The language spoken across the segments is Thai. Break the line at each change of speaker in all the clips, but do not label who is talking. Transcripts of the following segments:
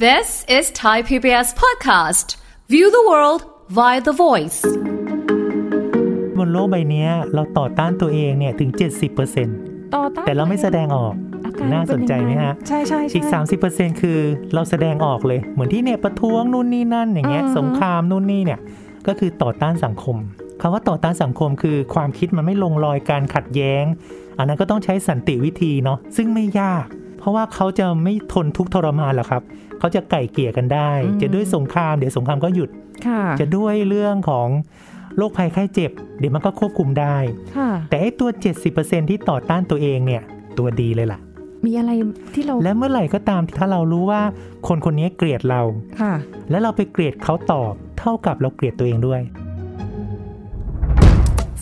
This is Thai PBS podcast. View the world via the voice.
บนโลกใบเนี้ยเราต่อต้านตัวเองเนี่ยถึง 70%
ต่อต้าน
แต่เราไม่แสดงออก
อาการ
น่าสนใจไหมฮะ
ใช่ใช่ใช่
อีก 30%คือเราแสดงออกเลย เหมือนที่เนี่ยประท้วงนู่นนี่นั่นอย่างเงี้ย
อือฮึ
สงครามนู่นนี่เนี่ยก็คือต่อต้านสังคมคำว่าต่อต้านสังคมคือความคิดมันไม่ลงรอยการขัดแย้ง อันนั้นก็ต้องใช้สันติวิธีเนาะซึ่งไม่ยาก เพราะว่าเขาจะไม่ทนทุกข์ทรมานหรอกครับ เขาจะไก่เกลี่ยกันได้ จะด้วยสงครามเดี๋ยวสงครามก็หยุด
ค่ะ
จะด้วยเรื่องของโรคภัยไข้เจ็บ เดี๋ยวมันก็ควบคุมได้
ค่ะ
แต่ไอ้ตัว 70%ที่ต่อต้านตัวเองเนี่ย ตัวดีเลยล่ะ
มีอะไรที่เรา
และเมื่อไหร่ก็ตามที่ถ้าเรารู้ว่าคนคนนี้เกลียดเรา
ค่ะ
และเราไปเกลียดเขาตอบ เท่ากับเราเกลียดตัวเองด้วย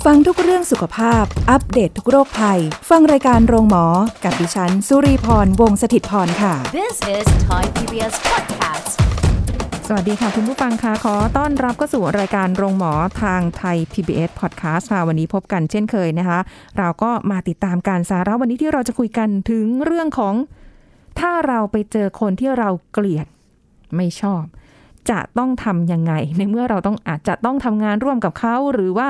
ฟังทุกเรื่องสุขภาพ อัปเดตททุกโรคภัย ฟังรายการโรงหมอ กับดิฉัน สุรีพร วงศิตพรค่ะ
This is Thai PBS podcast.
สวัสดีค่ะ คุณผู้ฟังคะขอต้อนรับเข้าสู่รายการโรงหมอทางไทย PBS Podcast ค่ะวันนี้พบกันเช่นเคยนะคะ เราก็มาติดตามการสาระวันนี้ที่เราจะคุยกันถึงเรื่องของ ถ้าเราไปเจอคนที่เราเกลียดไม่ชอบ จะต้องทำยังไง ในเมื่อเราต้องอาจจะต้องทำงานร่วมกับเขาหรือว่า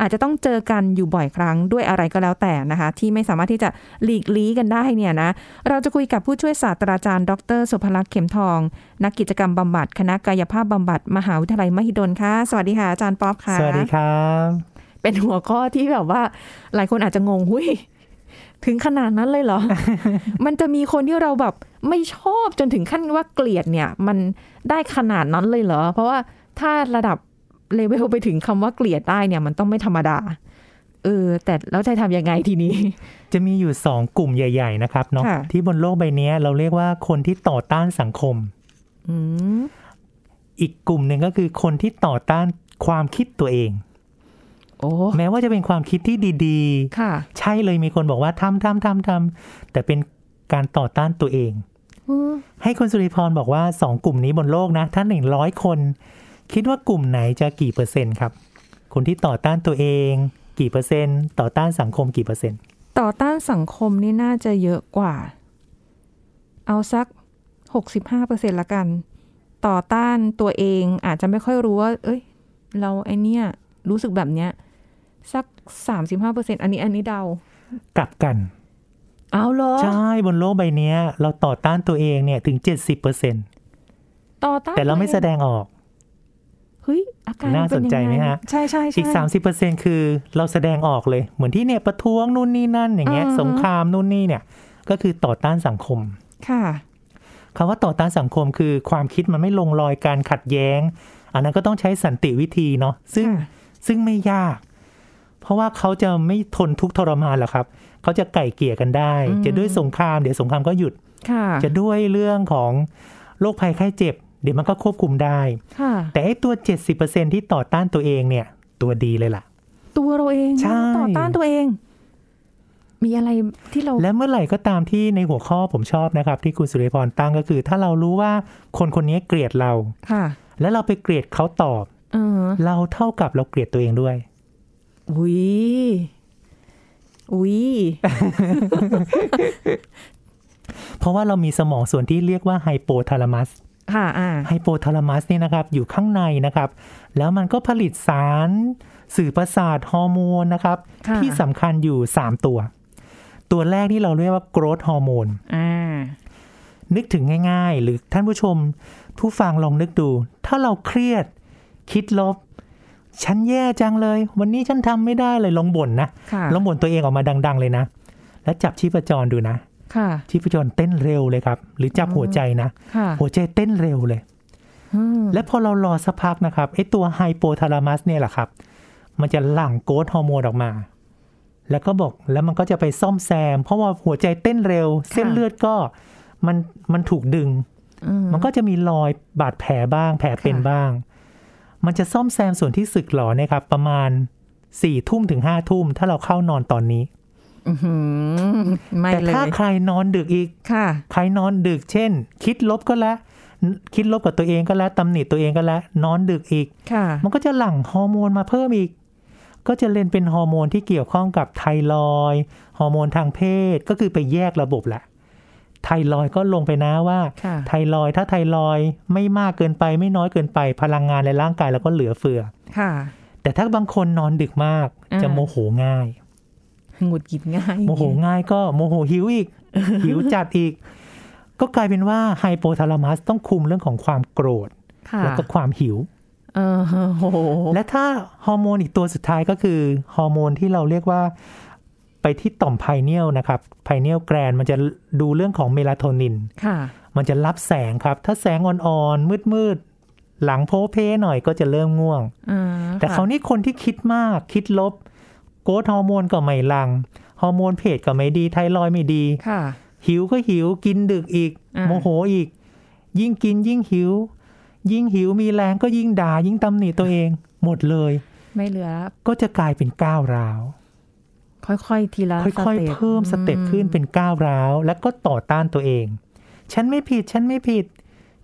อาจจะต้องเจอกันอยู่บ่อยครั้งด้วยอะไรก็แล้วแต่นะคะ ที่ไม่สามารถที่จะหลีกลี้กันได้เนี่ยนะ เราจะคุยกับผู้ช่วยศาสตราจารย์ดรสุภลักษณ์เข็มทอง นักกิจกรรมบำบัดคณะกายภาพบำบัดมหาวิทยาลัยมหิดลค่ะ สวัสดีค่ะอาจารย์ป๊อปค่ะ
สวัสดีครับ
เป็นหัวข้อที่แบบว่า หลายคนอาจจะงง หุยถึงขนาดนั้นเลยเหรอ มันจะมีคนที่เราแบบไม่ชอบจนถึงขั้นว่าเกลียดเนี่ย มันได้ขนาดนั้นเลยเหรอ เพราะว่าถ้าระดับเลเวลไปถึงคำว่าเกลียดได้เนี่ย มันต้องไม่ธรรมดา เออ แต่แล้วจะทำยังไงทีนี้
จะมีอยู่ 2 กลุ่มใหญ่ ๆ นะครับเนาะ
ค่ะ
ที่บนโลกใบเนี้ยเราเรียกว่าคนที่ต่อต้านสังคม
อืม
อีกกลุ่มหนึ่งก็คือคนที่ต่อต้านความคิดตัวเอง
โอ้
แม้ว่าจะเป็นความคิดที่ดีๆ
ค่ะ
ใช่เลยมีคนบอกว่าทำทำทำทำแต่เป็นการต่อต้านตัวเอง
อืม
ให้คุณสุริพรบอกว่า 2 กลุ่มนี้บนโลกนะ ถ้า 100 คน คิดว่ากลุ่มไหนจะกี่เปอร์เซ็นต์ครับ คนที่ต่อต้านตัวเอง กี่เปอร์เซ็นต์ ต่อต้านสังคมกี่เปอร์เซ็นต์
ต่อต้านสังคมนี่น่าจะเยอะกว่า เอาสัก 65%ละกัน ต่อต้านตัวเองอาจจะไม่ค่อยรู้ว่า เอ้ย เราไอเนี้ยรู้สึกแบบเนี้ย สัก 35%อันนี้อันนี้เดา
กลับกัน
เอาเหรอ
ใช่บนโลกใบเนี้ย เราต่อต้านตัวเองเนี่ยถึง 70%เปอร์เซ็นต์
ต่อต้าน
แต่เราไม่แสดงออก
เฮ้ย อาการ
น่าสนใจไหมฮะ
ใช่ใช่ใช่
อีก 30%คือเราแสดงออกเลย เหมือนที่เนี่ยประท้วงนู่นนี่นั่นอย่างเงี้ย
อ่าฮะ
สงครามนู่นนี่เนี่ยก็คือต่อต้านสังคม
ค่ะ
คำว่าต่อต้านสังคมคือความคิดมันไม่ลงรอยการขัดแย้ง อันนั้นก็ต้องใช้สันติวิธีเนาะซึ่ง
ค่ะ
ซึ่งไม่ยาก เพราะว่าเขาจะไม่ทนทุกข์ทรมานหรอกครับ เขาจะไก่เกลี่ยกันได้ จะด้วยสงครามเดี๋ยวสงครามก็หยุด
ค่ะ
จะด้วยเรื่องของโรคภัยไข้เจ็บ เดี๋ยวมันก็ควบคุมได้
ค่ะ
แต่ไอ้ตัว 70%ที่ต่อต้านตัวเองเนี่ย ตัวดีเลยล่ะ
ตัวเราเองนะ
ใช่
ต่อต้านตัวเอง มีอะไรที่เรา
และเมื่อไหร่ก็ตามที่ในหัวข้อผมชอบนะครับ ที่คุณสุริพรตั้งก็คือ ถ้าเรารู้ว่าคนคนนี้เกลียดเรา
ค่ะ
และเราไปเกลียดเขาตอบ
เออ
เราเท่ากับเราเกลียดตัวเองด้วย
อุ้ย อุ้ย
เพราะว่าเรามีสมองส่วนที่เรียกว่าไฮโปทาลามัส
ค่ะ อ่า
ไฮโปทาลามัสเนี่ยนะครับอยู่ข้างในนะครับ แล้วมันก็ผลิตสารสื่อประสาทฮอร์โมนนะครับ
ค่ะ
ที่สำคัญอยู่ 3 ตัว ตัวแรกนี่เราเรียกว่าโกรทฮอร์โมน
อ่า
นึกถึงง่าย ๆ หรือท่านผู้ชม ผู้ฟังลองนึกดู ถ้าเราเครียด คิดลบ ฉันแย่จังเลย วันนี้ฉันทำไม่ได้เลยลองบ่นนะ
ค่ะ
ลองบ่นตัวเองออกมาดัง ๆ เลยนะ แล้วจับชีพจรดูนะ
ค่ะ
ชีพจรเต้นเร็วเลยครับ หรือจับหัวใจนะ
ค่ะ
หัวใจเต้นเร็วเลย
อืม
และพอเรารอสักพักนะครับไอ้ตัวไฮโปทาลามัสเนี่ยแหละครับ มันจะหลั่งโกรทฮอร์โมนออกมา แล้วก็บอกแล้วมันก็จะไปซ่อมแซม เพราะว่าหัวใจเต้นเร็ว เส้นเลือดก็มันมันถูกดึง
อืม
มันก็จะมีรอยบาดแผลบ้าง แผลเป็น
ค่ะ
บ้าง มันจะซ่อมแซมส่วนที่สึกหรอเนยครับ ประมาณ4ี่ทุ่มถึงห้าทุ่มถ้าเราเข้านอนตอนนี้
อื้อหือไม่
แต่
เลย
ถ้าใครนอนดึกอีก
ค่ะ
ใครนอนดึกเช่น คิดลบก็แล้วคิดลบกับตัวเองก็แล้วตำหนิตัวเองก็แล้วนอนดึกอีก
ค่ะ
มันก็จะหลั่งฮอร์โมนมาเพิ่มอีก ก็จะเล่นเป็นฮอร์โมนที่เกี่ยวข้องกับไทรอยด์ฮอร์โมนทางเพศก็คือไปแยกระบบละ ไทรอยด์ก็ลงไปนะว่า
ค่ะ
ไทรอยด์ถ้าไทรอยด์ไม่มากเกินไปไม่น้อยเกินไป พลังงานในร่างกายเราก็เหลือเฟือ
ค่ะ
แต่ถ้าบางคนนอนดึกมาก
อ่า
จะโมโหง่าย
หงุดหงิดง่าย
โมโหง่ายก็โมโหหิว อีก หิวจัดอีก ก็กลายเป็นว่าไฮโปทาลามัสต้องคุมเรื่องของความโกรธ
ค่ะ
แล้วก็ความหิว
เออโอ้โห
และถ้าฮอร์โมนอีกตัวสุดท้ายก็คือฮอร์โมนที่เราเรียกว่าไปที่ต่อมไพเนียลนะครับไพเนียลแกรนมันจะดูเรื่องของเมลาโทนิน
ค่ะ
มันจะรับแสงครับ ถ้าแสงอ่อนๆ มืดๆ หลังโพเพหน่อยก็จะเริ่มง่วง
อ่า
แต่
ค่ะ
คราวนี้คนที่คิดมากคิดลบ โกรทฮอร์โมนก็ไม่หลัง ฮอร์โมนเพศก็ไม่ดี ไทรอยด์ไม่ดี
ค่ะ
หิวก็หิวกินดึกอีก
อ่า
โมโหอีก ยิ่งกินยิ่งหิว ยิ่งหิวมีแรงก็ยิ่งด่ายิ่งตำหนิตัวเอง หมดเลย
ไม่เหลือแล้ว
ก็จะกลายเป็นก้าวร้าว
ค่อยๆ ทีละ
ค่อย
ส
ๆ
ต็ป
เพิ่มสเต็ปขึ้นเป็นก้าวร้าว แล้วก็ต่อต้านตัวเอง ฉันไม่ผิด ฉันไม่ผิด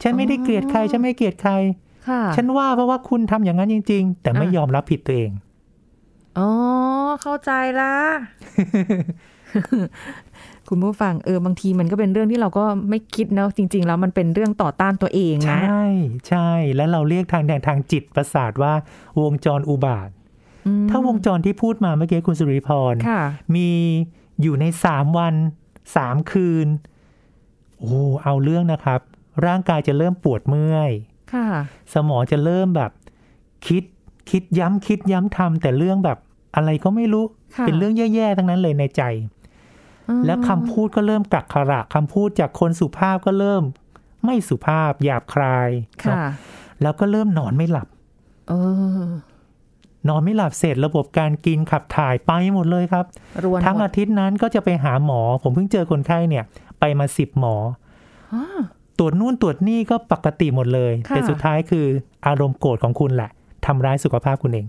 ฉันไม่ได้เกลียดใคร ฉันไม่เกลียดใคร
ค่ะ
ฉันว่าเพราะว่าคุณทำอย่างนั้นจริง ๆ แต่ไม่
อ่ะ
ยอมรับผิดตัวเอง
อ๋อ เข้าใจละ คุณผู้ฟังเออบางทีมันก็เป็นเรื่องที่เราก็ไม่คิดเนอะจริง ๆ แล้วมันเป็นเรื่องต่อต้านตัวเอง
ใช
นะ
่ ใช่ และเราเรียกทางแดนทางจิตประสาทว่าวงจรอุบาท
อืม
ถ้าวงจรที่พูดมาเมื่อกี้คุณสุริพร
ค่ะ
มีอยู่ในสามวันสามคืน โอ้ เอาเรื่องนะครับ ร่างกายจะเริ่มปวดเมื่อย
ค่ะ
สมองจะเริ่มแบบคิดคิดย้ำคิดย้ำทำแต่เรื่องแบบอะไรก็ไม่รู้
ค่ะ
เป็นเรื่องแย่ๆทั้งนั้นเลยในใจ
อืม
และคำพูดก็เริ่มกักขระคำพูดจากคนสุภาพก็เริ่ม ไม่สุภาพหยาบคลาย
ค่ะ
เนอะแล้วก็เริ่มนอนไม่หลับ
เออ
นอนไม่หลับเสร็จระบบการกินขับถ่ายไปหมดเลยครับ
รวน
ทั้ง
หม
อา
ด
ทิตย์นั้นก็จะไปหาหมอ ผมเพิ่งเจอคนไข้เนี่ย ไปมาสิบหมอ
อ้อ
ตรวจนู่นตรวจนี่ก็ปกติหมดเลย
ค่ะ
แต่สุดท้ายคืออารมณ์โกรธของคุณแหละทำร้ายสุขภาพคุณเอง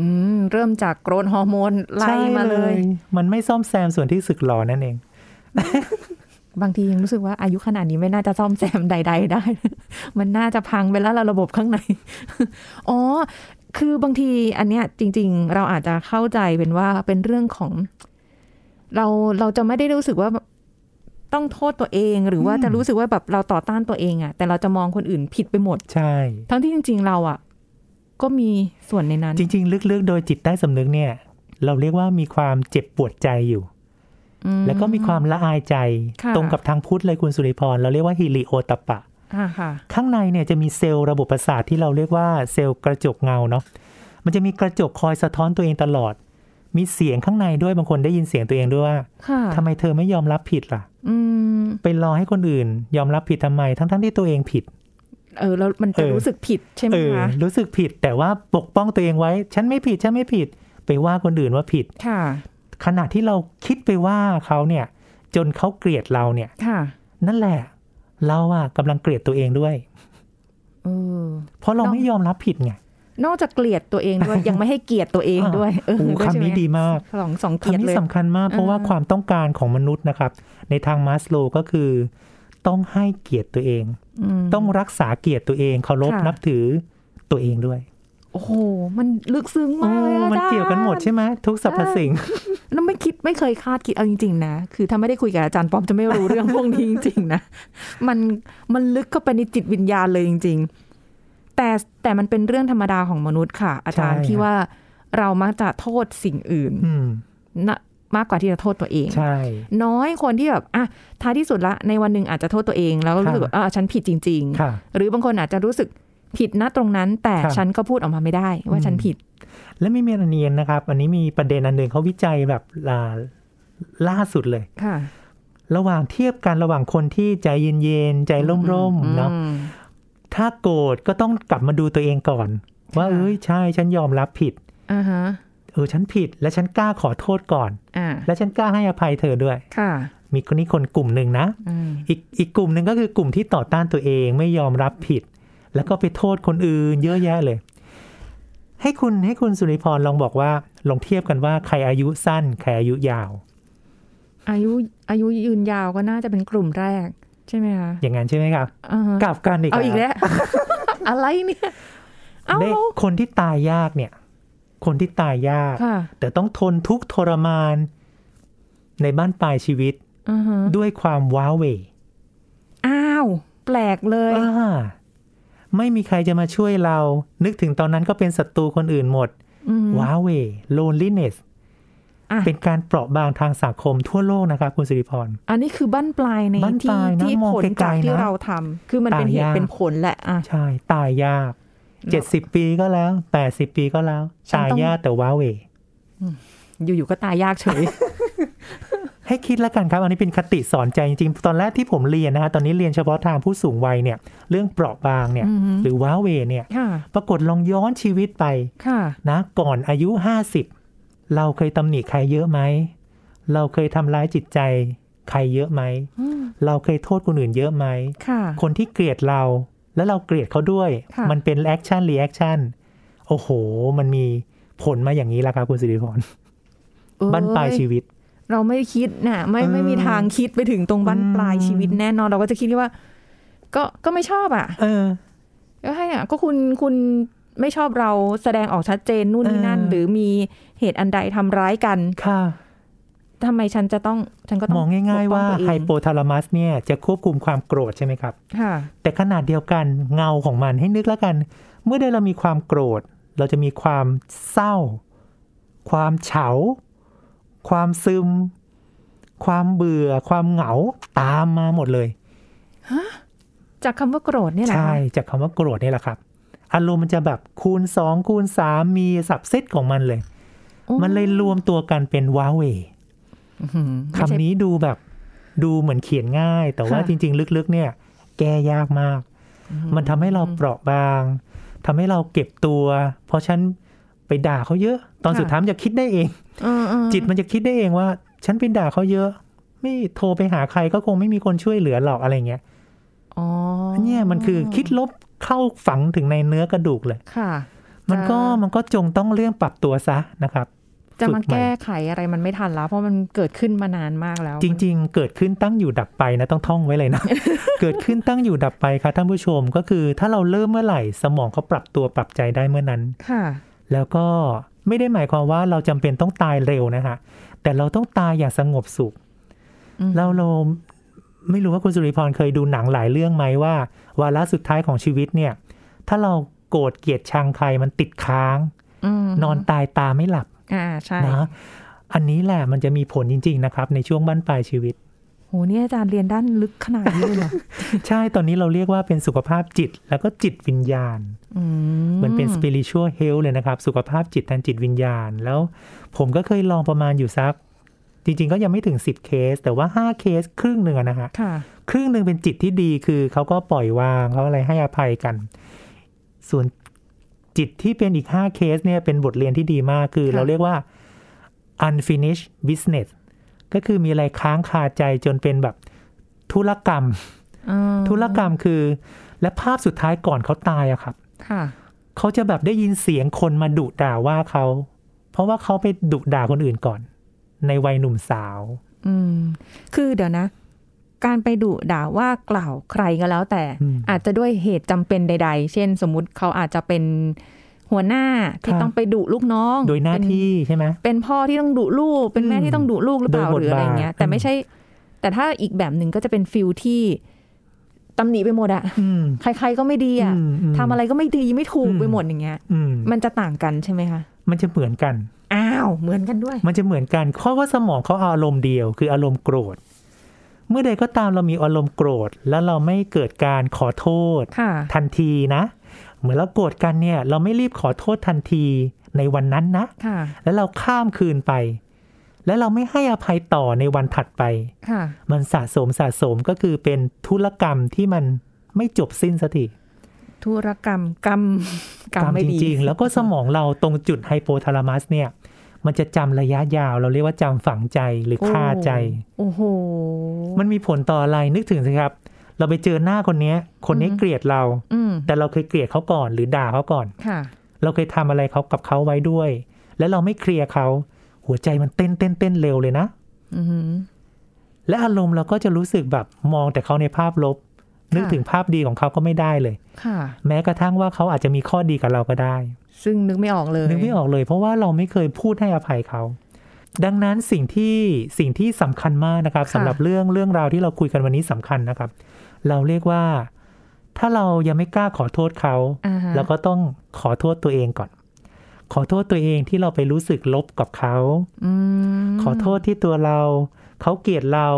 อืม เริ่มจากโกรนฮอร์โมนไล่มาเลย
มันไม่ซ่อมแซมส่วนที่สึกหรอนั่นเอง
บางทียังรู้สึกว่าอายุขนาดนี้ไม่น่าจะซ่อมแซมใด ๆ ได้ มันน่าจะพังไปแล้วล่ะระบบข้างใน อ๋อ คือบางทีอันเนี้ยจริง ๆ เราอาจจะเข้าใจเป็นว่าเป็นเรื่องของ เราเราจะไม่ได้รู้สึกว่าต้องโทษตัวเอง หรือว่า
อืม
จะรู้สึกว่าแบบเราต่อต้านตัวเองอะแต่เราจะมองคนอื่นผิดไปหมด
ใช่
ทั้งที่จริง ๆ เราอะก็มีส่วนในนั้น
จริง ๆ ลึกๆ โดยจิตใต้สำนึกเนี่ย เราเรียกว่ามีความเจ็บปวดใจอยู่
อื
แล้วก็มีความละอายใจ
ค่ะ
ตรงกับทางพุทธเลยคุณสุริพร เราเรียกว่าฮิริโอตปปะ
อ่าค่ะ
ข้างในเนี่ยจะมีเซลล์ระบบประสาทที่เราเรียกว่าเซลล์กระจกเงาเนาะ มันจะมีกระจกคอยสะท้อนตัวเองตลอด มีเสียงข้างในด้วยบางคนได้ยินเสียงตัวเองด้วยว่า
ค่ะ
ทำไมเธอไม่ยอมรับผิดล่ะ
อืม
ไปรอให้คนอื่น ยอมรับผิดทำไม ทั้งๆที่ตัวเองผิด
เออแล้วมัน
เอ
จะ
อ
รู้สึกผิดใช่ไหม
เออ
คะ
รู้สึกผิดแต่ว่าปกป้องตัวเองไว้ ฉันไม่ผิด ฉันไม่ผิด ไปว่าคนอื่นว่าผิด
ค่ะ
ขณะที่เราคิดไปว่าเขาเนี่ย จนเขาเกลียดเราเนี่ย
ค่ะ
นั่นแหละ เราอะกำลังเกลียดตัวเองด้วย
เออ
เพราะเราไม่ยอมรับผิดไง
นอกจากเกลียดตัวเอง ด้วย ยังไม่ให้เกียรติตัวเองด้วยเออ
โอ้
ด้วยใช่
คำ
ไห
นี้ดีมาก
สองสองเกียร
คำ
ติ
นี้
เลย
สำคัญมากเพราะว่า
เออ
ความต้องการของมนุษย์นะครับ ในทางมาสโลว์ก็คือ ต้องให้เกียรติตัวเอง
ม
ต้องรักษาเกียรติตัวเองเคารพ
ค่ะ
นับถือตัวเองด้วย
โอ้โห มันลึกซึ้งมากเลย
โอ้
อะ
มันเกี่ยวกันหมด
อาจารย์
ใช่ไหมทุกสรรพสิ่ง
แล้วไม่คิดไม่เคยคาดคิดเอาจริง ๆ นะ คือถ้าไม่ได้คุยกับอาจารย์ป้อมจะไม่รู้เรื่อง พวกนี้จริง ๆ นะ มันมันลึกเข้าไปในจิตวิญญาณเลยจริง ๆ แต่แต่มันเป็นเรื่องธรรมดาของมนุษย์ค่ะ อาจารย์
ใช่
ที่
ครับ
ว่าเรามักจะโทษสิ่งอื่น
อืม
นะมากกว่าที่จะโทษตัวเอง
ใช่
น้อยคนที่แบบอ่ะท้ายที่สุดละในวันหนึ่งอาจจะโทษตัวเอง แล้วก็รู้สึก
ค่ะ
ว่าอ่ะฉันผิดจริง
ค่ะ
ๆ หรือบางคนอาจจะรู้สึกผิดนะตรงนั้น แต่
ครับ
ฉันก็พูดออกมาไม่ได้ ว่า
อืม
ฉันผิด
และไม่มีอันเนียนนะครับ อันนี้มีประเด็นอันหนึ่งเขาวิจัยแบบล่าล่าสุดเลย
ค่ะ
ระหว่างเทียบกันระหว่างคนที่ใจเย็นๆใจร่มๆเนาะ
อืม
ถ้าโกรธก็ต้องกลับมาดูตัวเองก่อน ว่า
ค่ะ
เอ้ยใช่ฉันยอมรับผิด
อ่าฮะ
เออฉันผิด และฉันกล้าขอโทษก่อน
อ่า
และฉันกล้าให้อภัยเธอด้วย
ค่ะ
มีคนนี้คนกลุ่มหนึ่งนะ
อืม
อีกอีกกลุ่มหนึ่งก็คือกลุ่มที่ต่อต้านตัวเองไม่ยอมรับผิด แล้วก็ไปโทษคนอื่น เยอะแยะเลย ให้คุณให้คุณสุริพรลองบอกว่าลองเทียบกันว่าใครอายุสั้น ใครอายุยาว
อายุอายุยืนยาวก็น่าจะเป็นกลุ่มแรก ใช่ไหมคะ
อย่างนั้นใช่ไหมครับ
อ่าฮะ
กลับกันอีก
เอาอีก แล้ว อะไรเนี่ย เอา
ได้คนที่ตายยากเนี่ย คนที่ตายยาก
ค่ะ
แต่ต้องทนทุกข์ทรมานในบ้านปลายชีวิต
อ่าฮะ
ด้วยความว้าเหว
แปลกเลย
อ่าไม่มีใครจะมาช่วยเรา นึกถึงตอนนั้นก็เป็นศัตรูคนอื่นหมด
อืม
ว้าเว loneliness
อ่ะ
เป็นการเปราะบางทางสังคมทั่วโลกนะครับคุณสิริพร
อันนี้คือบั้นปลายใน
บั้นป
ที่
ลายนะ
ที่
มอง
ผล
ไกล
จาก
ๆ
ที่
นะ
เราทำคือมันเป็นเหตุ
ตายยาก
เป็นผลแหละอ่ะ
ใช่ ตายยาก 70 ปีก็แล้ว 80 ปีก็แล้ว
ฉัน
ตาย
ต้อง
ยากแต่ว้าเว
อยู่ๆก็ตายยากเฉย
ให้คิดแล้วกันครับ อันนี้เป็นคติสอนใจจริงๆ ตอนแรกที่ผมเรียนนะฮะตอนนี้เรียนเฉพาะทางผู้สูงวัยเนี่ย เรื่องเปราะบางเนี่ย
อือฮึ
หรือว้าเวเนี่ย
ค่ะ
ปรากฏลองย้อนชีวิตไป
ค่ะ
นะก่อนอายุ 50 เราเคยตำหนิใครเยอะไหม เราเคยทำร้ายจิตใจ ใครเยอะไหม
อืม
เราเคยโทษคนอื่นเยอะไหม
ค่ะ
คนที่เกลียดเรา แล้วเราเกลียดเขาด้วย
ค่ะ
มันเป็นแอคชั่นรีแอคชั่นโอ้โห มันมีผลมาอย่างนี้ละครับคุณสิริพร
เอ้ย
บั้นปลายชีวิต
เราไม่คิดน่ะ ไม่
เออ
ไม่มีทางคิดไปถึงตรงบั้น
อืม
ปลายชีวิตแน่นอนเราก็จะคิดว่า ก็ก็ไม่ชอบอ่ะ
เออ
ก็ให้อ่ะ ก็คุณคุณไม่ชอบเราแสดงออกชัดเจนนู่นนี่นั่น
เออ
หรือมีเหตุอันใดทำร้ายกัน
ค่ะ
ทำไมฉันจะต้องฉันก็ต้
ม
อ
อง
ง
ง่าย
ป
ๆ
กป้อ
ว่า
ตัเอง
ไฮโปทาลามัสเนี่ยจะควบคุมความโกรธใช่ไหมครับ
ค่ะ
แต่ขนาดเดียวกันเงาของมันให้นึกแล้วกัน เมื่อใดเรามีความโกรธ เราจะมีความเศร้า ความเฉา ความซึม ความเบื่อ ความเหงาตามมาหมดเลย
จากคำว่าโกรธเนี่ยแหละ
ใช่
คะ
จากคำว่าโกรธนี่แหละครับ อารมณ์มันจะแบบคูณ 2 คูณ 3 มีสับเซตของมันเลย
โอ้
มันเลยรวมตัวกันเป็นว้าเว
อื้อหือไม่ใช่
คำนี้ดูแบบดูเหมือนเขียนง่าย แต่ว่า
ค่ะ
จริง ๆ ลึกๆ เนี่ย แก้ยากมาก มันทำให้เราเปราะบางทำให้เราเก็บตัว เพราะฉันไปด่าเขาเยอะ ตอน
ค่ะ
สุดท้ายมันจะคิดได้เอง
เออเออ
จิตมันจะคิดได้เองว่า ฉันไปด่าเขาเยอะ ไม่โทรไปหาใครก็คงไม่มีคนช่วยเหลือหรอกอะไรเงี้ย
อ๋อ
อันเนี่ยมันคือคิดลบเข้าฝังถึงในเนื้อกระดูกเลย
ค่ะ
มันก็
จะ
มันก็จงต้องเรื่องปรับตัวซะนะครับ
จะ
ฝึ
มา
กใหม่
แก้ไขอะไรมันไม่ทันแล้ว เพราะมันเกิดขึ้นมานานมากแล้ว
จริง ๆ เกิดขึ้นตั้งอยู่ดับไปนะต้องท่องไว้เลย นะ เกิดขึ้นตั้งอยู่ดับไปค่ะท่านผู้ชมก็คือ ถ้าเราเริ่มเมื่อไหร่ สมองเขาปรับตัวปรับใจได้เมื่อนั้น
ค่ะ
แล้วก็ไม่ได้หมายความว่าเราจำเป็นต้องตายเร็วนะคะแต่เราต้องตายอย่างสงบสุข
อืม
แล้วเราไม่รู้ว่าคุณสุริพรเคยดูหนังหลายเรื่องไหมว่า วาระสุดท้ายของชีวิตเนี่ย ถ้าเราโกรธเกลียดชังใครมันติดค้าง
ม
นอนตายตาไม่หลับ
อ่าใช่
นะอันนี้แหละมันจะมีผลจริง ๆ นะครับ ในช่วงบั้นปลายชีวิต
โหเนี่ยอาจารย์เรียนด้านลึกขนาดนี้เลยเหรอ
ใช่ตอนนี้เราเรียกว่าเป็นสุขภาพจิต แล้วก็จิตวิญญาณ
อื
เหมือนเป็น spiritual health เลยนะครับ สุขภาพจิตทางจิตวิญญาณ แล้วผมก็เคยลองประมาณอยู่สัก จริง ๆ ก็ยังไม่ถึง 10 เคส แต่ว่า 5 เคสครึ่งหนึ่งอะนะฮะ
ค่ะ
ครึ่งหนึ่งเป็นจิตที่ดีคือเขาก็ปล่อยวางเขาอะไรให้อภัยกัน ส่วนจิตที่เป็นอีก 5 เคสเนี่ยเป็นบทเรียนที่ดีมากคือ
ค่ะ
เราเรียกว่า unfinished business ก็คือมีอะไรค้างคาใจจนเป็นแบบธุรกรรม
อืม
ธุรกรรมคือ และภาพสุดท้ายก่อนเขาตายอะครับ
ค่ะ
เขาจะแบบได้ยินเสียงคนมาดุด่าว่าเขา เพราะว่าเขาไปดุด่าคนอื่นก่อน ในวัยหนุ่มสาว
อืม คือเดี๋ยวนะ การไปดุด่าว่ากล่าวใครก็แล้วแต่
อืม
อาจจะด้วยเหตุจำเป็นใด ๆ เช่น สมมุติเขาอาจจะเป็นหัวหน้าที่
ค่ะ
ต้องไปดุลูกน้อง
โดยหน้า
เป็น
ที่ใช่ไหม
เป็นพ่อที่ต้องดุลูก เป็นแม่
อืม
ที่ต้องดุลูกหรือเปล่า
โดยบท
หรืออะไรเงี้ย
บาท
แต่ไม่ใช่ แต่ถ้าอีกแบบหนึ่งก็จะเป็นฟิลที่ตำหนิไปหมดอะ
อืม
ใครๆก็ไม่ดีอะ
มม
ทำอะไรก็ไม่ดีไม่ถูก
อืม
ไปหมดอย่างเงี้ย
อืม
มันจะต่างกันใช่ไหมคะ
มันจะเหมือนกัน
อ้าวเหมือนกันด้วย
มันจะเหมือนกันเพราะว่าสมองเขาอารมณ์เดียว คืออารมณ์โกรธ เมื่อใดก็ตามเรามีอารมณ์โกรธ แล้วเราไม่เกิดการขอโทษ
ค่ะ
ทันทีนะ เหมือนเราโกรธกันเนี่ย เราไม่รีบขอโทษทันทีในวันนั้นนะ
ค่ะ
แล้วเราข้ามคืนไป แล้วเราไม่ให้อภัยต่อในวันถัดไป
ค่ะ
มันสะสมสะสมก็คือเป็นธุรกรรมที่มันไม่จบสิ้นสักที
ธุรกรรมกรรมกรรม
กรรม
ไม่
จ
ดี
ริงๆ แล้วก็สมองเราตรงจุดไฮโปทาลามัสเนี่ย มันจะจำระยะยาว เราเรียกว่าจำฝังใจหรือ
โอ้
คาใจ
โอ้โห
มันมีผลต่ออะไรนึกถึงสิครับ เราไปเจอหน้าคนเนี้ย คนนี้
อืม
เกลียดเรา
อืม
แต่เราเคยเกลียดเขาก่อนหรือด่าเขาก่อน
ค่ะ
เราเคยทำอะไรเขากับเขาไว้ด้วย แล้วเราไม่เคลียร์เขา หัวใจมันเต้นเต้นเต้นเร็วเลยนะ
อือหือ
และอารมณ์เราก็จะรู้สึกแบบมองแต่เขาในภาพลบ นึก
ค่ะ
ถึงภาพดีของเขาก็ไม่ได้เลย
ค่ะ
แม้กระทั่งว่าเขาอาจจะมีข้อดีกับเราก็ได้
ซึ่งนึกไม่ออกเลย
นึกไม่ออกเลยเพราะว่าเราไม่เคยพูดให้อภัยเขา ดังนั้นสิ่งที่สิ่งที่สำคัญมากนะครับสำหรับเรื่องเรื่องราวที่เราคุยกันวันนี้สำคัญนะครับ เราเรียกว่า ถ้าเรายังไม่กล้าขอโทษเขา
อ่าฮะ
แล้วก็ต้องขอโทษตัวเองก่อน ขอโทษตัวเองที่เราไปรู้สึกลบกับเขา
อืม
ขอโทษที่ตัวเรา เขาเกลียดเรา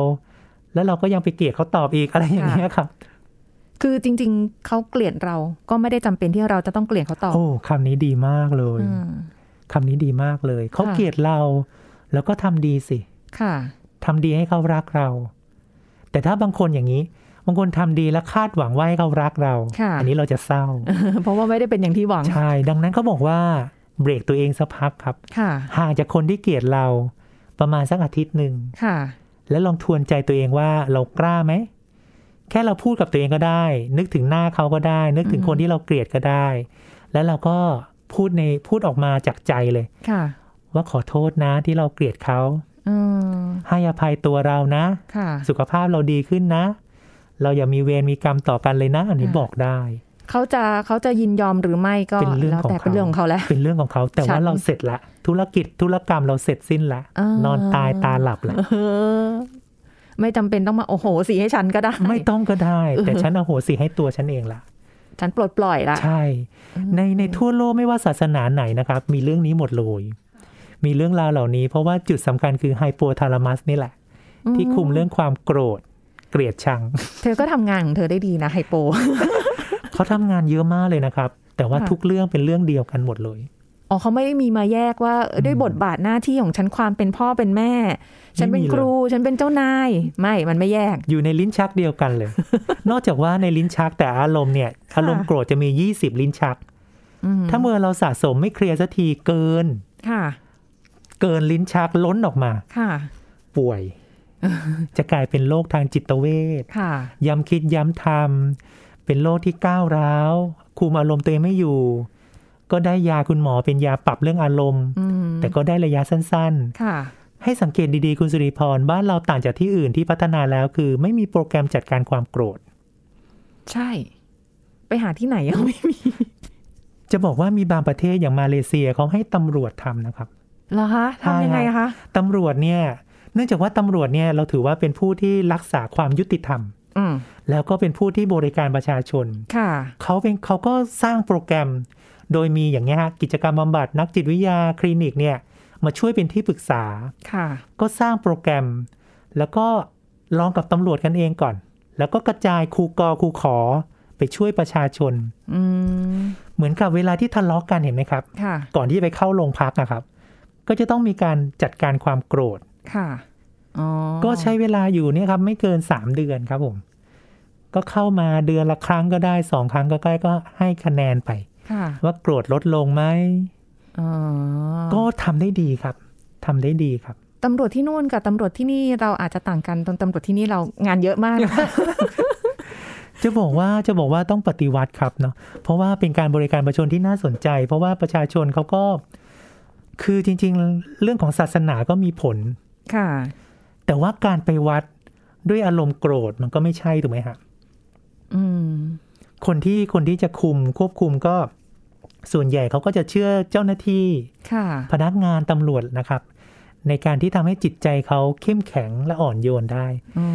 แล้วเราก็ยังไปเกลียดเขาตอบอีกอะไรอย่าง
ค่ะ
เงี้ยครับ
คือจริง ๆ เขาเกลียดเราก็ไม่ได้จำเป็นที่เราจะต้องเกลียดเขาต่อ
โอ้คำนี้ดีมากเลย
อืม
คำนี้ดีมากเลย เขา
ค่ะ
เกลียดเรา แล้วก็ทำดีสิ
ค่ะ
ทำดีให้เขารักเรา แต่ถ้าบางคนอย่างนี้ บางคนทำดีแล้วคาดหวังว่าให้เขารักเรา
ค่ะ
อันี้เราจะเศร้า
เพราะว่าไม่ได้เป็นอย่างที่หวัง
ใช่ ดังนั้นเขาบอกว่าเบรกตัวเองสักพักครับ
ค่ะ
ห่างจากคนที่เกลียดเรา ประมาณสักอาทิตย์หนึ่ง
ค่ะ
แล้วลองทวนใจตัวเองว่าเรากล้าไหม แค่เราพูดกับตัวเองก็ได้ นึกถึงหน้าเขาก็ได้ นึกถึงคนที่เราเกลียดก็ได้ แล้วเราก็พูดในพูดออกมาจากใจเลย
ค่ะ
ว่าขอโทษนะที่เราเกลียดเขา
อืม
ให้อภัยตัวเรานะ
ค่ะ
สุขภาพเราดีขึ้นนะ เราอย่ามีเวรมีกรรมต่อกันเลยนะ อันนี้
อ่า
บอกได้
เขาจะเขาจะยินยอมหรือไม่ก็
เป็นเรื่อง
แล้ว
ของ
แต่
เขา
เป็นเรื่องของเขาแล้ว
เป็นเรื่องของเขา แต่
ฉั
ว่าน เราเสร็จละ ธุรกิจธุรกรรมเราเสร็จสิ้นละ
อ่าน
นอนตายตาหลับละ
เออ ไม่จำเป็นต้องมาโอ้โหสีให้ฉันก็ได้
ไม่ต้องก็ได้
เออ
แต่ฉันอโหสิให้ตัวฉันเองละ
ฉันปลดปล่อยละ
ใช่ ในในทั่วโลกไม่ว่าศาสนาไหนนะครับ มีเรื่องนี้หมดเลย มีเรื่องราวเหล่านี้ เพราะว่าจุดสำคัญคือไฮโปทาลามัสนี่แหละ ที่คุมเรื่องความโกรธ เกลียดชัง
เธอก็ทำงานของเธอได้ดีนะไฮโป
เขาทำงานเยอะมากเลยนะครับ แต่ว่า
ค่ะ
ทุกเรื่องเป็นเรื่องเดียวกันหมดเลย
อ๋อเขาไม่ได้มีมาแยกว่าเออด้วยบทบาทหน้าที่ของฉันความเป็นพ่อเป็นแม่ ฉันเป็น
ไม่มีเลย
ครูฉันเป็นเจ้านาย ไม่มันไม่แยก
อยู่ในลิ้นชักเดียวกันเลย นอกจากว่าในลิ้นชักแต่อารมณ์เนี่ย อารมณ์โกรธจะมี 20 ลิ้นชัก
อืม
ถ้าเมื่อเราสะสมไม่เคลียร์สักทีเกิน
ค่ะ
เกินลิ้นชักล้นออกมา
ค่ะ
ป่วย จะกลายเป็นโรคทางจิตเวช
ค่ะ
ย้ำคิดย้ำทำเป็นโรคที่ก้าวร้าว คุมอารมณ์ตัวเองไม่อยู่ ก็ได้ยาคุณหมอเป็นยาปรับเรื่องอารมณ์
อืม
แต่ก็ได้ระยะสั้น ๆ
ค่ะ
ให้สังเกตดีๆ คุณสุริพร บ้านเราต่างจากที่อื่นที่พัฒนาแล้วคือ ไม่มีโปรแกรมจัดการความโกรธ
ใช่ ไปหาที่ไหนยังไม่มี
จะบอกว่ามีบางประเทศอย่างมาเลเซียเขาให้ตำรวจทำนะครับ
เหรอคะทำยังไงคะ
ตำรวจเนี่ย เนื่องจากว่าตำรวจเนี่ยเราถือว่าเป็นผู้ที่รักษาความยุติธรรม
อืม
แล้วก็เป็นผู้ที่บริการประชาชน
ค่ะ
เขาเป็นเขาก็สร้างโปรแกรม โดยมีอย่างเงี้ยฮะกิจกรรมบำบัดนักจิตวิทยาคลินิกเนี่ยมาช่วยเป็นที่ปรึกษา
ค่ะ
ก็สร้างโปรแกรม แล้วก็ลองกับตำรวจกันเองก่อน แล้วก็กระจายครูกอครูขอไปช่วยประชาชน
อืม
เหมือนกับเวลาที่ทะเลาะกันเห็นไหมครับ
ค่ะ
ก่อนที่จะไปเข้าโรงพักนะครับ ก็จะต้องมีการจัดการความโกรธ
ค่ะ อ๋อ
ก็ใช้เวลาอยู่เนี่ยครับ ไม่เกิน 3 เดือนครับผม ก็เข้ามาเดือนละครั้งก็ได้สองครั้งก็ใกล้ก็ให้คะแนนไป
ค่ะ
ว่าโกรธลดลงไหม
อ๋อ
ก็ทำได้ดีครับทำได้ดีครับ
ตำรวจที่นู่นกับตำรวจที่นี่เราอาจจะต่างกันตรงตำรวจที่นี่เรางานเยอะมากนะ
จะบอกว่าจะบอกว่าต้องปฏิวัติครับเนาะเพราะว่าเป็นการบริการประชาชนที่น่าสนใจ เพราะว่าประชาชนเขาก็ คือจริง ๆ เรื่องของศาสนาก็มีผล
ค่ะ
แต่ว่าการไปวัดด้วยอารมณ์โกรธมันก็ไม่ใช่ถูกไหมฮะ
อืม
คนที่คนที่จะคุมควบคุมก็ ส่วนใหญ่เขาก็จะเชื่อเจ้าหน้าที่
ค่ะ
พนักงานตำรวจนะครับ ในการที่ทำให้จิตใจเขาเข้มแข็งและอ่อนโยนได้
อ๋อ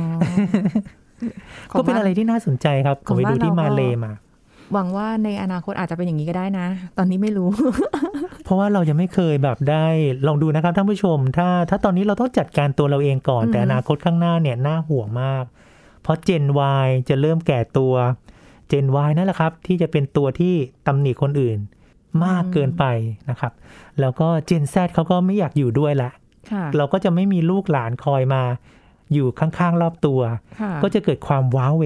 ก็เป็นอะไรที่น่าสนใจครับผ
ขอ
ม
ง
ไป
บ้าน
ดูที่
เราก็
มาเลมา
หวังว่าในอนาคตอาจจะเป็นอย่างนี้ก็ได้นะ ตอนนี้ไม่รู้
เพราะว่าเรายังไม่เคยแบบได้ลองดูนะครับท่านผู้ชม ถ้าถ้าตอนนี้เราต้องจัดการตัวเราเองก่อน แต่อนาคตข้างหน้าเนี่ยน่าห่วงมาก เพราะเจน Y จะเริ่มแก่ตัวเจน Y นั่นแหละครับ ที่จะเป็นตัวที่ตำหนิคนอื่น มากเกินไปนะครับ แล้วก็เจน Z เขาก็ไม่อยากอยู่ด้วยละ
ค่ะ
เราก็จะไม่มีลูกหลานคอยมา อยู่ข้างๆรอบตัว
ค่ะ
ก็จะเกิดความว้าเหว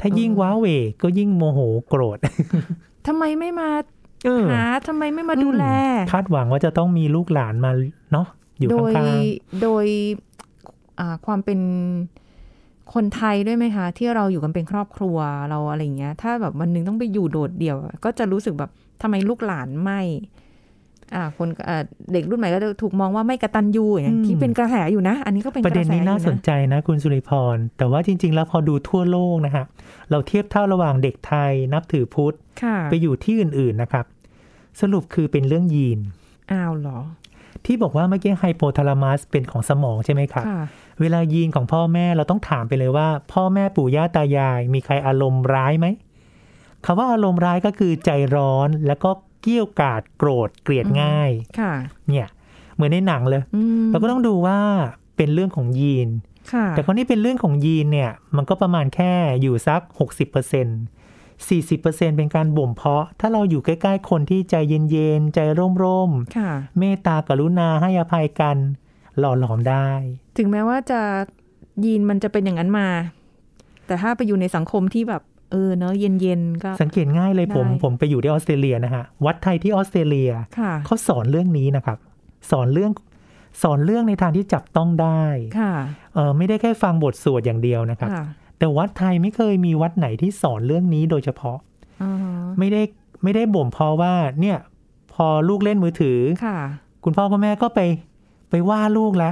ถ้ายิ่งว้าเหวก็ยิ่งโมโหโกรธ
ทำไมไม่มา
เออ
หาทำไมไม่มาดูแล
อืมคาดหวังว่าจะต้องมีลูกหลานมาเนาะอยู่
โด
ข้
ย
าง
โดยอ่าความเป็นคนไทยด้วยไหมคะ ที่เราอยู่กันเป็นครอบครัวเราอะไรอย่างเงี้ย ถ้าแบบวันหนึงต้องไปอยู่โดดเดี่ยวอะก็จะรู้สึกแบบทำไมลูกหลานไม่อ่าคนอ่าเด็กรุ่นใหม่ก็จะถูกมองว่าไม่กระตันยูอย่างเงี้ยที่เป็นกระแสอยู่นะ อันนี้ก็เป็น
ๆ
ก
ประ ระ
แส
เด็นนี้น่า
อยู่ะ
สนใจนะคุณสุริพร แต่ว่าจริง ๆ แล้วพอดูทั่วโลกนะฮะเราเทียบเท่าระหว่างเด็กไทยนับถือพุทธ
ค่ะ
ไปอยู่ที่อื่น ๆ นะครับ สรุปคือเป็นเรื่องยีน
อ้าวเหรอ
ที่บอกว่าเมื่อกี้ไฮโปทาลามัสเป็นของสมองใช่ไหมครับ
ค่ะ
เวลายีนของพ่อแม่เราต้องถามไปเลยว่า พ่อแม่ปู่ย่าตายาย มีใครอารมณ์ร้ายไหม คำว่าอารมณ์ร้ายก็คือใจร้อนแล้วก็เกรี้ยวกราดโกรธเกลียดง่าย
ค่ะ
เนี่ย เหมือนในหนังเลย
อืม
เราก็ต้องดูว่าเป็นเรื่องของยีน
ค่ะ
แต่คราวนี้เป็นเรื่องของยีนเนี่ย มันก็ประมาณแค่อยู่สัก 60% 40%เป็นการบ่มเพาะ ถ้าเราอยู่ใกล้ๆ คนที่ใจเย็นๆ ใจร่ม
ค่ะ
ๆ เมตตากรุณาให้อภัยกัน หล่อหลอมได้
ถึงแม้ว่าจะยีนมันจะเป็นอย่างนั้นมา แต่ถ้าไปอยู่ในสังคมที่แบบ เออเนาะเย็นๆก็
สังเกตง่ายเลยผม
ได้
ผมไปอยู่ที่ออสเตรเลียนะฮะ วัดไทยที่ออสเตรเลีย
ค่ะ
เขาสอนเรื่องนี้นะครับ สอนเรื่อง สอนเรื่องในทางที่จับต้องได้
ค่ะ
เออไม่ได้แค่ฟังบทสวดอย่างเดียวนะครับ
ค่ะ
แต่วัดไทยไม่เคยมีวัดไหนที่สอนเรื่องนี้โดยเฉพาะ
อ๋อ
ไม่ได้ไม่ได้บ่มเพราะว่าเนี่ย พอลูกเล่นมือถือ
ค่ะ
คุณพ่อคุณแม่ก็ไปไปว่าลูกละ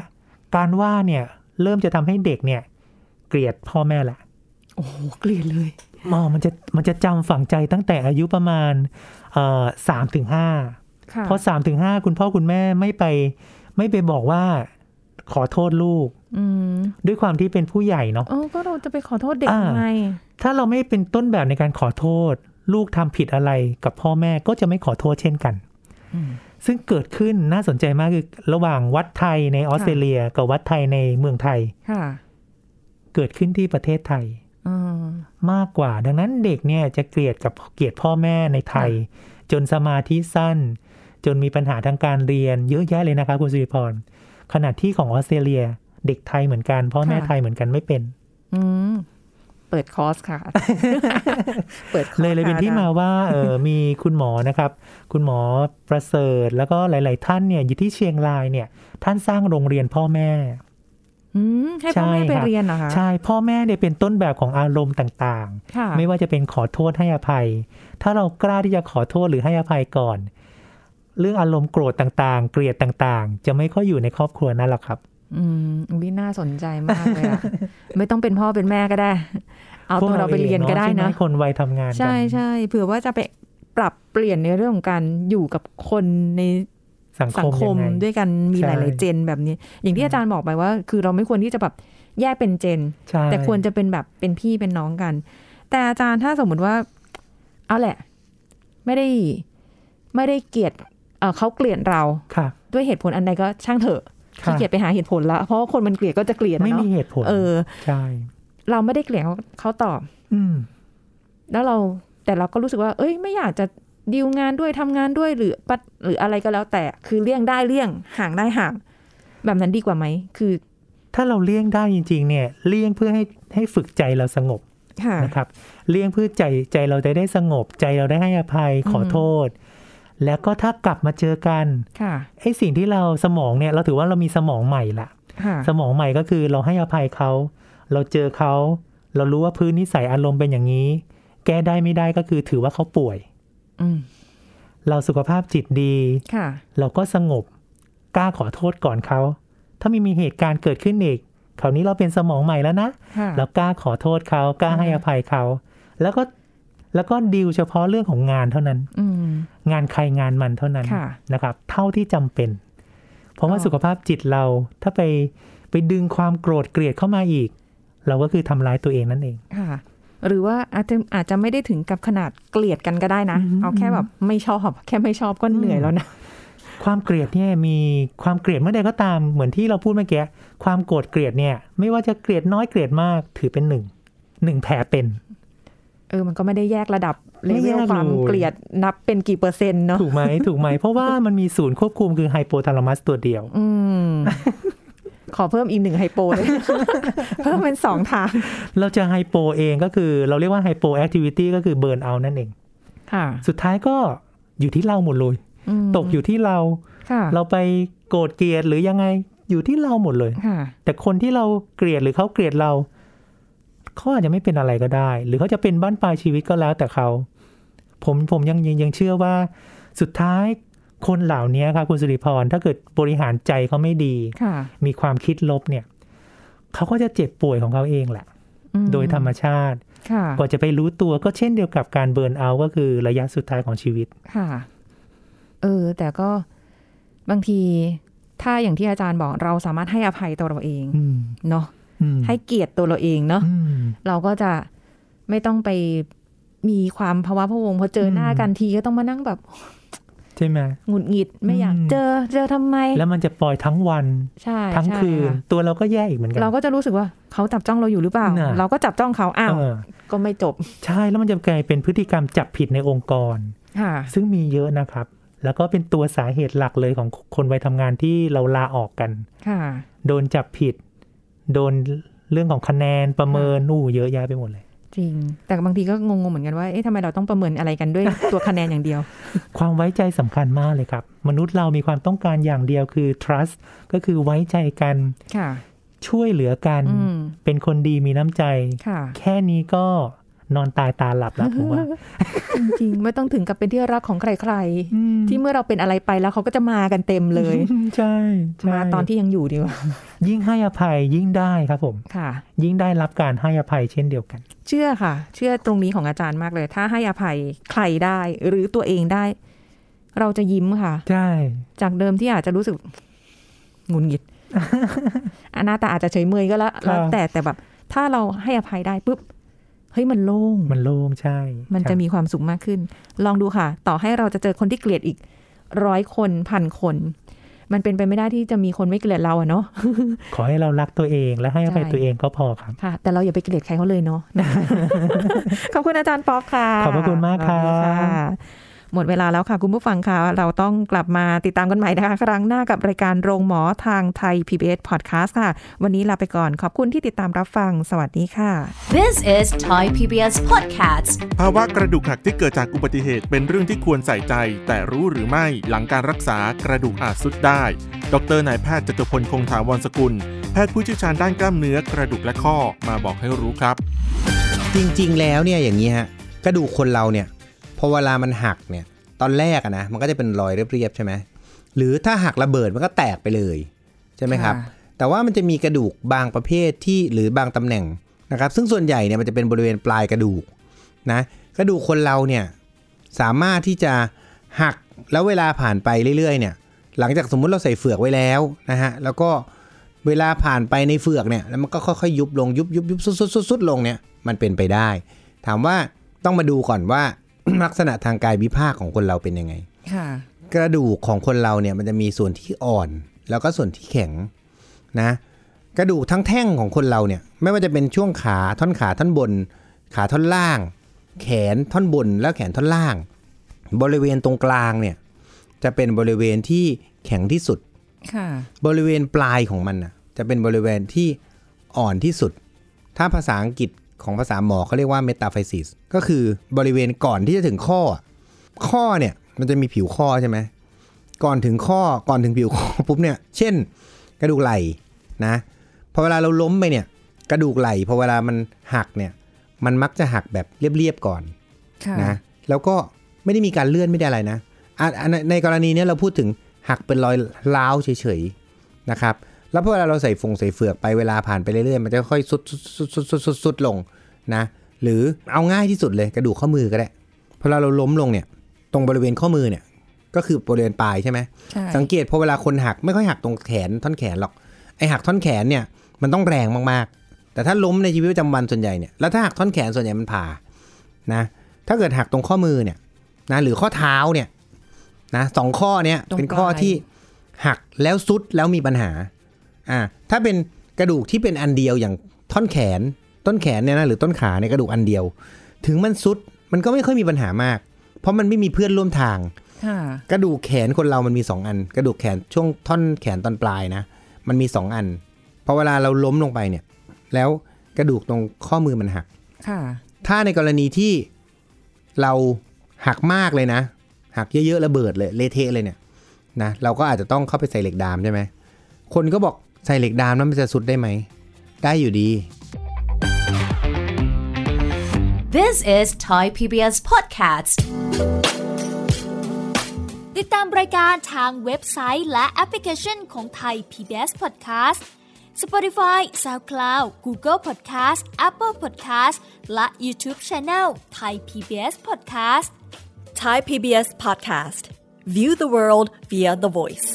การว่าเนี่ยเริ่มจะทำให้เด็กเนี่ย เกลียดพ่อแม่ละ
โอ้โหเกลียดเลย
มอมันจะมันจะจำฝังใจตั้งแต่อายุประมาณสามถึงห้า
ค่ะ
พอสามถึงห้าคุณพ่อคุณแม่ไม่ไป ไม่ไปบอกว่าขอโทษลูก
อืม
ด้วยความที่เป็นผู้ใหญ่เนาะ
เออก็เราจะไปขอโทษเด็ก
อ่า
ทำไม
ถ้าเราไม่เป็นต้นแบบในการขอโทษ ลูกทำผิดอะไรกับพ่อแม่ก็จะไม่ขอโทษเช่นกัน ซึ่งเกิดขึ้นน่าสนใจมากคือระหว่างวัดไทยในออสเตรเลีย กับวัดไทยในเมืองไทย
ค่ะ
เกิดขึ้นที่ประเทศไทย
อืม
มากกว่า ดังนั้นเด็กเนี่ยจะเกลียดกับเกลียดพ่อแม่ในไทย จนสมาธิสั้น จนมีปัญหาทางการเรียนเยอะแยะเลยนะครับคุณสุริพรขณะที่ของออสเตรเลีย เด็กไทยเหมือนกันพ่อแม่
ค่ะ
ไทยเหมือนกันไม่เป็น
อืมเปิดคอร์สค่ะ เปิดคอร์ส
เลยเลยเป็น
ค่ะ
ที่มาว่าเออ มีคุณหมอนะครับ คุณหมอประเสริฐแล้วก็หลาย ๆ ท่านเนี่ยอยู่ที่เชียงรายเนี่ย ท่านสร้างโรงเรียนพ่อแม่
อืมให้พ่อแม่
ใช่
ไป
ค่ะ
เรียนเหรอคะ
ใช่พ่อแม่เนี่ยเป็นต้นแบบของอารมณ์ต่าง
ค่ะ
ๆ ไม่ว่าจะเป็นขอโทษให้อภัย ถ้าเรากล้าที่จะขอโทษหรือให้อภัยก่อน เรื่องอารมณ์โกรธต่างๆ เกลียดต่างๆ จะไม่ค่อยอยู่ในครอบครัวนั่นหรอกครับ
อืมวิน่าสนใจมากเลย อะไม่ต้องเป็นพ่อเป็นแม่ก็ได้ เอา
พว
ตัว
ก
เราไปเรียน
อง
ก็ได้
ใช่หม
นะ
คนวัยทำงานกัน
ใช่ใช่เผื่อว่าจะไปปรับเปลี่ยนในเรื่องของการอยู่กับคนใน
สัง
สั
ค
ง
ม
คม
ยังไง
ด้วยกันมี
ใช่
หลาย ๆ เจนแบบนี้ อย่างที่อาจารย์บอกไปว่า คือเราไม่ควรที่จะแบบแยกเป็นเจน
ใช่
แต่ควรจะเป็นแบบเป็นพี่เป็นน้องกัน แต่อาจารย์ถ้าสมมุติว่า เอาแหละ ไม่ได้ไม่ได้เกลียดเอ่อเขาเกลียดเรา
ค่ะ
ด้วยเหตุผลอันใดก็ช่างเถอะขี้
ค่ะ
เกียจไปหาเหตุผลละเพราะว่าคนมันเกลียดก็จะเกลียดอะ
ไม่มี
เนาะ
เหตุผล
เออ
ใช่
เราไม่ได้เกลียดเขาเขาตอบ
อืม
แล้วเราแต่เราก็รู้สึกว่า เอ้ย ไม่อยากจะดีลงานด้วยทำงานด้วยหรือปัดหรืออะไรก็แล้วแต่คือเลี่ยงได้เลี่ยงห่างได้ห่าง แบบนั้นดีกว่าไหมคือ
ถ้าเราเลี่ยงได้จริง ๆ เนี่ยเลี่ยงเพื่อให้ให้ฝึกใจเราสงบ
ค่ะ
นะครับ เลี่ยงเพื่อใจใจเราจะได้สงบ ใจเราได้ให้อภัยขอโทษ แล้วก็ถ้ากลับมาเจอกัน
ค่ะ
ไอ้สิ่งที่เราสมองเนี่ยเราถือว่าเรามีสมองใหม่ละ
ค่ะ
สมองใหม่ก็คือเราให้อภัยเขา เราเจอเขา เรารู้ว่าพื้นนิสัยอารมณ์เป็นอย่างนี้ แก้ได้ไม่ได้ก็คือถือว่าเขาป่วย
อืม
เราสุขภาพจิตดี
ค่ะ
เราก็สงบกล้าขอโทษก่อนเขา ถ้าไม่มีเหตุการณ์เกิดขึ้นอีกคราวนี้เราเป็นสมองใหม่แล้วนะ
ค่ะ
แล้วกล้าขอโทษเขากล้าให้
อืม
อภัยเขา แล้วก็แล้วก็ดีลเฉพาะเรื่องของงานเท่านั้น
อืม
งานใครงานมันเท่านั้น
ค่ะ
นะครับ เท่าที่จำเป็น เพราะว่า
อ๋อ
สุขภาพจิตเราถ้าไปไปดึงความโกรธเกลียดเข้ามาอีก เราก็คือทำร้ายตัวเองนั่นเอง
ค่ะ หรือว่าอาจจะอาจจะไม่ได้ถึงกับขนาดเกลียดกันก็ได้นะ
อืม
เอาแค่แบบไม่ชอบ แค่ไม่ชอบก็เหนื่อยแล้วนะ
ความเกลียดเนี่ยมีความเกลียดเมื่อใดก็ตามเหมือนที่เราพูดเมื่อกี้ความโกรธเกลียดเนี่ย ไม่ว่าจะเกลียดน้อยเกลียดมากถือเป็นหนึ่งหนึ่งแผลเป็น
เออมันก็ไม่ได้แยกระดับเล
ไม่
เว
แยก
ล
เลย
ความเกลียดนับเป็นกี่เปอร์เซ็นต์เนาะ
ถูกไหมถูกไหมเพราะว่ามันมีศูนย์ควบคุมคือไฮโปทาลามัสตัวเดียว
อืม ขอเพิ่มอีกหนึ่งไฮโปเลย เพิ่มเป็นสองทาง
เราจะไฮโปเองก็คือเราเรียกว่าไฮโปแอคทิวิตี้ก็คือเบิร์นเอานั่นเอง
ค่ะ
สุดท้ายก็อยู่ที่เราหมดเลย
อืม
ตกอยู่ที่เรา
ค่ะ
เราไปโกรธเกลียดหรือยังไงอยู่ที่เราหมดเลย
ค่ะ
แต่คนที่เราเกลียดหรือเขาเกลียดเราเขาอาจจะไม่เป็นอะไรก็ได้ หรือเขาจะเป็นบ้านปลายชีวิตก็แล้วแต่เขา ผมผมยังยังยังเชื่อว่า สุดท้ายคนเหล่านี้ครับคุณสุริพรถ้าเกิดบริหารใจเขาไม่ดี
ค่ะ
มีความคิดลบเนี่ยเขาก็จะเจ็บป่วยของเขาเองแหละ
อืม
โดยธรรมชาติ
ค่ะ
กว่าจะไปรู้ตัวก็เช่นเดียวกับการเบิร์นเอาท์ก็คือระยะสุดท้ายของชีวิต
ค่ะ เออ แต่ก็บางที ถ้าอย่างที่อาจารย์บอกเราสามารถให้อภัยตัวเราเอง
อืม
เนาะ
อืม
ให้เกียรติตัวเราเองเนาะ
อืม
เราก็จะไม่ต้องไป มีความภาวะพะวงพอเจอหน้ากันทีก็ต้องมานั่งแบบ
ใช่ไหม
หงุดหงิดไม่อยาก
อืม
เจอเจอทำไม
แล้วมันจะปล่อยทั้งวัน
ใช่
ทั้ง
ใช่
คืน
ค่ะ
ตัวเราก็แย่อีกเหมือนกั
เราก็จะรู้สึกว่าเขาจับจ้องเราอยู่หรือเปล่า
น่ะ
เราก็จับจ้องเขาอ้าว
เออ
ก็ไม่จบ
ใช่แล้วมันจะกลายเป็นพฤติกรรมจับผิดในองค์กร
ค่ะ
ซึ่งมีเยอะนะครับ แล้วก็เป็นตัวสาเหตุหลักเลยของคนวัยทำงานที่เราลาออกกัน
ค่ะ
โดนจับผิด โดนเรื่องของคะแนนประเมินนู่เยอะแยะไปหมดเลย
จริง แต่บางทีก็งงๆเหมือนกันว่า เอ๊ะทำไมเราต้องประเมินอะไรกันด้วย ตัวคะแนนอย่างเดียว
ความไว้ใจสำคัญมากเลยครับ มนุษย์เรามีความต้องการอย่างเดียวคือ trust ก็คือไว้ใจกัน
ค่ะ
ช่วยเหลือกัน
อืม
เป็นคนดีมีน้ำใจ
ค่ะ
แค่นี้ก็นอนตายตาหลับ แล้วผมว่า
จริงๆ ไม่ต้องถึงกับเป็นที่รักของใครๆ ที่เมื่อเราเป็นอะไรไปแล้วเขาก็จะมากันเต็มเลย
ใช่ใช่
มาตอนที่ยังอยู่ดีกว่า
ยิ่งให้อภัยยิ่งได้ครับผม
ค่ะ
ยิ่งได้รับการให้อภัยเช่นเดียวกัน
เชื่อค่ะ เชื่อตรงนี้ของอาจารย์มากเลย ถ้าให้อภัยใครได้ หรือตัวเองได้ เราจะยิ้มค่ะ
ใช่
จากเดิมที่อาจจะรู้สึกหงุนหงิ ด อานาตาอาจจะเฉยเมยก็แล้วแล้ว
ครับ
แต่แต่แบบ ถ้าเราให้อภัยได้ปุ๊บ เฮ้ยมันโล่ง
มันโล่งใช่
มันจะ
ใช่
มีความสุขมากขึ้น ลองดูค่ะ ต่อให้เราจะเจอคนที่เกลียดอีกร้อยคนพันคน มันเป็นไปไม่ได้ที่จะมีคนไม่เกลียดเราอะเนาะ
ขอให้เรารักตัวเองและให้อภัย
ใช่
ตัวเองก็พอครับ
ค่ะ แต่เราอย่าไปเกลียดใครเขาเลยเนาะ ขอบคุณอาจารย์ป๊อปค่ะ
ขอบพระคุณมากครับ
สวัสดีหมดเวลาแล้วค่ะ คุณผู้ฟังค่ะ เราต้องกลับมาติดตามกันใหม่นะคะ ครั้งหน้ากับรายการโรงหมอทางไทย PBS Podcast ค่ะ วันนี้ลาไปก่อน ขอบคุณที่ติดตามรับฟัง สวัสดีค่ะ
This is Thai PBS Podcast
ภาวะกระดูกหักที่เกิดจากอุบัติเหตุเป็นเรื่องที่ควรใส่ใจ แต่รู้หรือไม่หลังการรักษากระดูกอาจสุดได้ ดรนายแพทย์จตุพลคงถาวรสกุล แพทย์ผู้เชี่ยวชาญด้านกล้ามเนื้อกระดูกและข้อมาบอกให้รู้ครับ
จริงๆ แล้วเนี่ยอย่างนี้ฮะกระดูกคนเราเนี่ยพอเวลามันหักเนี่ยตอนแรกอะนะมันก็จะเป็นรอยเรียบๆใช่ไหมหรือถ้าหักระเบิดมันก็แตกไปเลยใช่ไหมครับ
ค่ะ
แต่ว่ามันจะมีกระดูกบางประเภทที่หรือบางตำแหน่งนะครับซึ่งส่วนใหญ่เนี่ยมันจะเป็นบริเวณปลายกระดูกนะกระดูกคนเราเนี่ยสามารถที่จะหักแล้วเวลาผ่านไปเรื่อยๆเนี่ยหลังจากสมมุติเราใส่เฟือกไว้แล้วนะฮะแล้วก็ เวลาผ่านไปในเฟือกเนี่ยแล้วมันก็ค่อยๆยุบลงยุบยุบยุบซุดซุดซุดซุดลงเนี่ยมันเป็นไปได้ ถามว่าต้องมาดูก่อนว่า ลักษณะทางกายวิภาคของคนเราเป็นยังไง
ค่ะ
กระดูกของคนเราเนี่ยมันจะมีส่วนที่อ่อน แล้วก็ส่วนที่แข็งนะกระดูกทั้งแท่งของคนเราเนี่ยไม่ว่าจะเป็นช่วงขาท่อนขาท่อนบน ขาท่อนล่าง แขนท่อนบนแล้วแขนท่อนล่าง บริเวณตรงกลางเนี่ยจะเป็นบริเวณที่แข็งที่สุด
ค่ะ
บริเวณปลายของมันน่ะจะเป็นบริเวณที่อ่อนที่สุด ถ้าภาษาอังกฤษของภาษาหมอเขาเรียกว่าเมตาไฟซิสก็คือบริเวณก่อนที่จะถึงข้ออะข้อเนี่ยมันจะมีผิวข้อใช่ไหมก่อนถึงข้อก่อนถึงผิวข้อ ปุ๊บเนี่ยเช่น กระดูกไหล่นะพอเวลาเราล้มไปเนี่ยกระดูกไหล่พอเวลามันหักเนี่ยมันมักจะหักแบบเรียบๆก่อน นะแล้วก็ไม่ได้มีการเลื่อนไม่ได้อะไรนะอ่ะอ่ะในในกรณีเนี้ยเราพูดถึงหักเป็นรอยร้าวเฉยๆนะครับ แล้วพอเวลาเราใส่ฟงใส่เฟือกไปเวลาผ่านไปเรื่อยๆ มันจะค่อยสุดสุดสุดสุดสุดสุดสุดลงนะหรือเอาง่ายที่สุดเลยกระดูกข้อมือก็ได้พอเราล้มลงเนี่ยตรงบริเวณข้อมือเนี่ยก็คือบริเวณปลายใช่ไหม
ใช่
สังเกตพอเวลาคนหักไม่ค่อยหักตรงแขนท่อนแขนหรอกไอหักท่อนแขนเนี่ยมันต้องแรงมากๆ แต่ถ้าล้มในชีวิตประจำวันส่วนใหญ่เนี่ยแล้วถ้าหักท่อนแขนส่วนใหญ่มันผ่านะถ้าเกิดหักตรงข้อมือเนี่ยนะหรือข้อเท้าเนี่ยนะสองข้อเนี่ย
ตรงปลาย
เป็นข้อที่หักแล้วซุดแล้วมีปัญหาอ่าถ้าเป็นกระดูกที่เป็นอันเดียวอย่างท่อนแขนต้นแขนเนี่ยนะหรือต้นขาในยกระดูกอันเดียว ถึงมันซุดมันก็ไม่ค่อยมีปัญหามาก เพราะมันไม่มีเพื่อนร่วมทาง
ค่ะ
กระดูกแขนคนเรามันมี 2 อัน กระดูกแขนช่วงท่อนแขนตอนปลายนะ มันมี 2 อันพอเวลาเราล้มลงไปเนี่ย แล้วกระดูกตรงข้อมือมันหัก
ค่ะ
ถ้าในกรณีที่เราหักมากเลยนะ หักเยอะๆระเบิดเลยเละเทะเลยเนี่ยนะเราก็อาจจะต้องเข้าไปใส่เหล็กดามใช่ไหมคนก็บอกใส่เหล็กดามนั้นมันจะสุดได้ไหมได้อยู่ดี
This is Thai PBS Podcast
ติดตามรายการทางเว็บไซต์และแอปพลิเคชันของไทย PBS Podcast Spotify SoundCloud Google Podcast Apple Podcast และ YouTube Channel Thai PBS Podcast
Thai PBS Podcast. View the world via the voice.